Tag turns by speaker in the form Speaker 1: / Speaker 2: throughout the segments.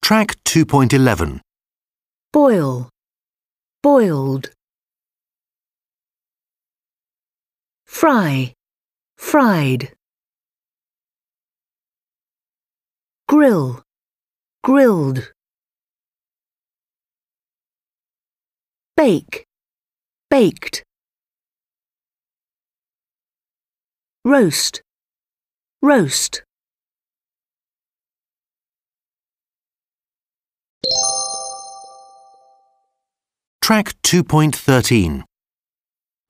Speaker 1: Track 2.11.
Speaker 2: boil, boiled. Fry, fried. Grill, grilled. Bake, baked. Roast, roast.
Speaker 1: Track 2.13.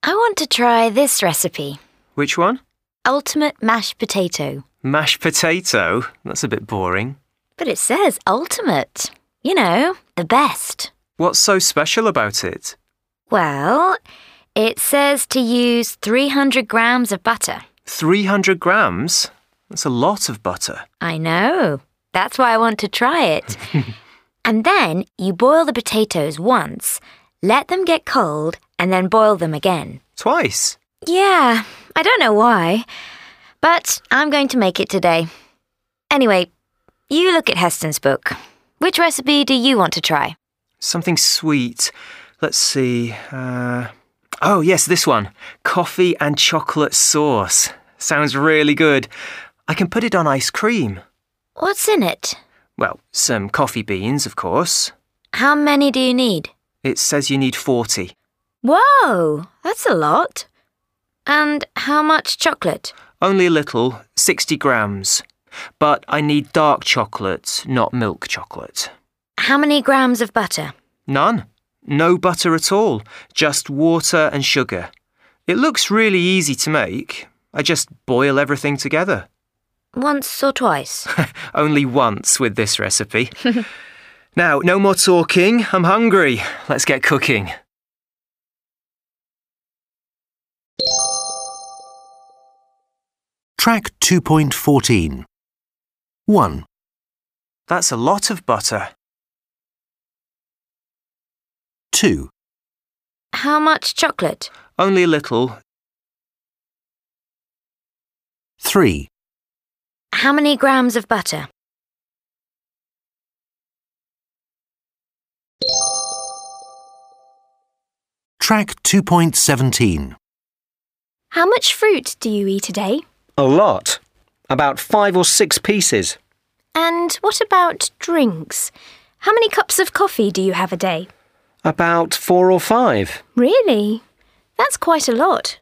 Speaker 3: I want to try this recipe
Speaker 4: Which one?
Speaker 3: ultimate mashed potato.
Speaker 4: Mashed potato. That's a bit boring.
Speaker 3: But it says ultimate. You know, the best.
Speaker 4: What's so special about it?
Speaker 3: Well, it says to use 300 grams of butter.
Speaker 4: 300 grams? That's a lot of butter.
Speaker 3: I know. That's why I want to try it. and then you boil the potatoes once, let them get cold, and then boil them again.
Speaker 4: Twice.
Speaker 3: Yeah, I don't know why, but I'm going to make it today. Anyway, you look at Heston's book. Which recipe do you want to try?
Speaker 4: Something sweet. Let's see. Uh, oh, yes, this one. Coffee and chocolate sauce. Sounds really good. I can put it on ice cream.
Speaker 3: What's in it?
Speaker 4: Well, some coffee beans, of course.
Speaker 3: How many do you need?
Speaker 4: It says you need 40.
Speaker 3: Whoa, that's a lot. And how much chocolate?
Speaker 4: Only a little, 60 grams. But I need dark chocolate, not milk chocolate.
Speaker 3: How many grams of butter?
Speaker 4: None. No butter at all, just water and sugar. It looks really easy to make. I just boil everything together.
Speaker 3: Once or twice.
Speaker 4: Only once with this recipe. now, no more talking. I'm hungry. Let's get cooking.
Speaker 1: Track 2.14. 1,
Speaker 4: That's a lot of butter.
Speaker 1: 2,
Speaker 3: How much chocolate?
Speaker 4: Only a little,
Speaker 1: 3,
Speaker 3: How many grams of butter?
Speaker 1: Track 2.17.
Speaker 3: How much fruit do you eat a day?
Speaker 5: A lot. About five or six pieces.
Speaker 6: And what about drinks? How many cups of coffee do you have a day?
Speaker 5: About four or five.
Speaker 6: Really? That's quite a lot.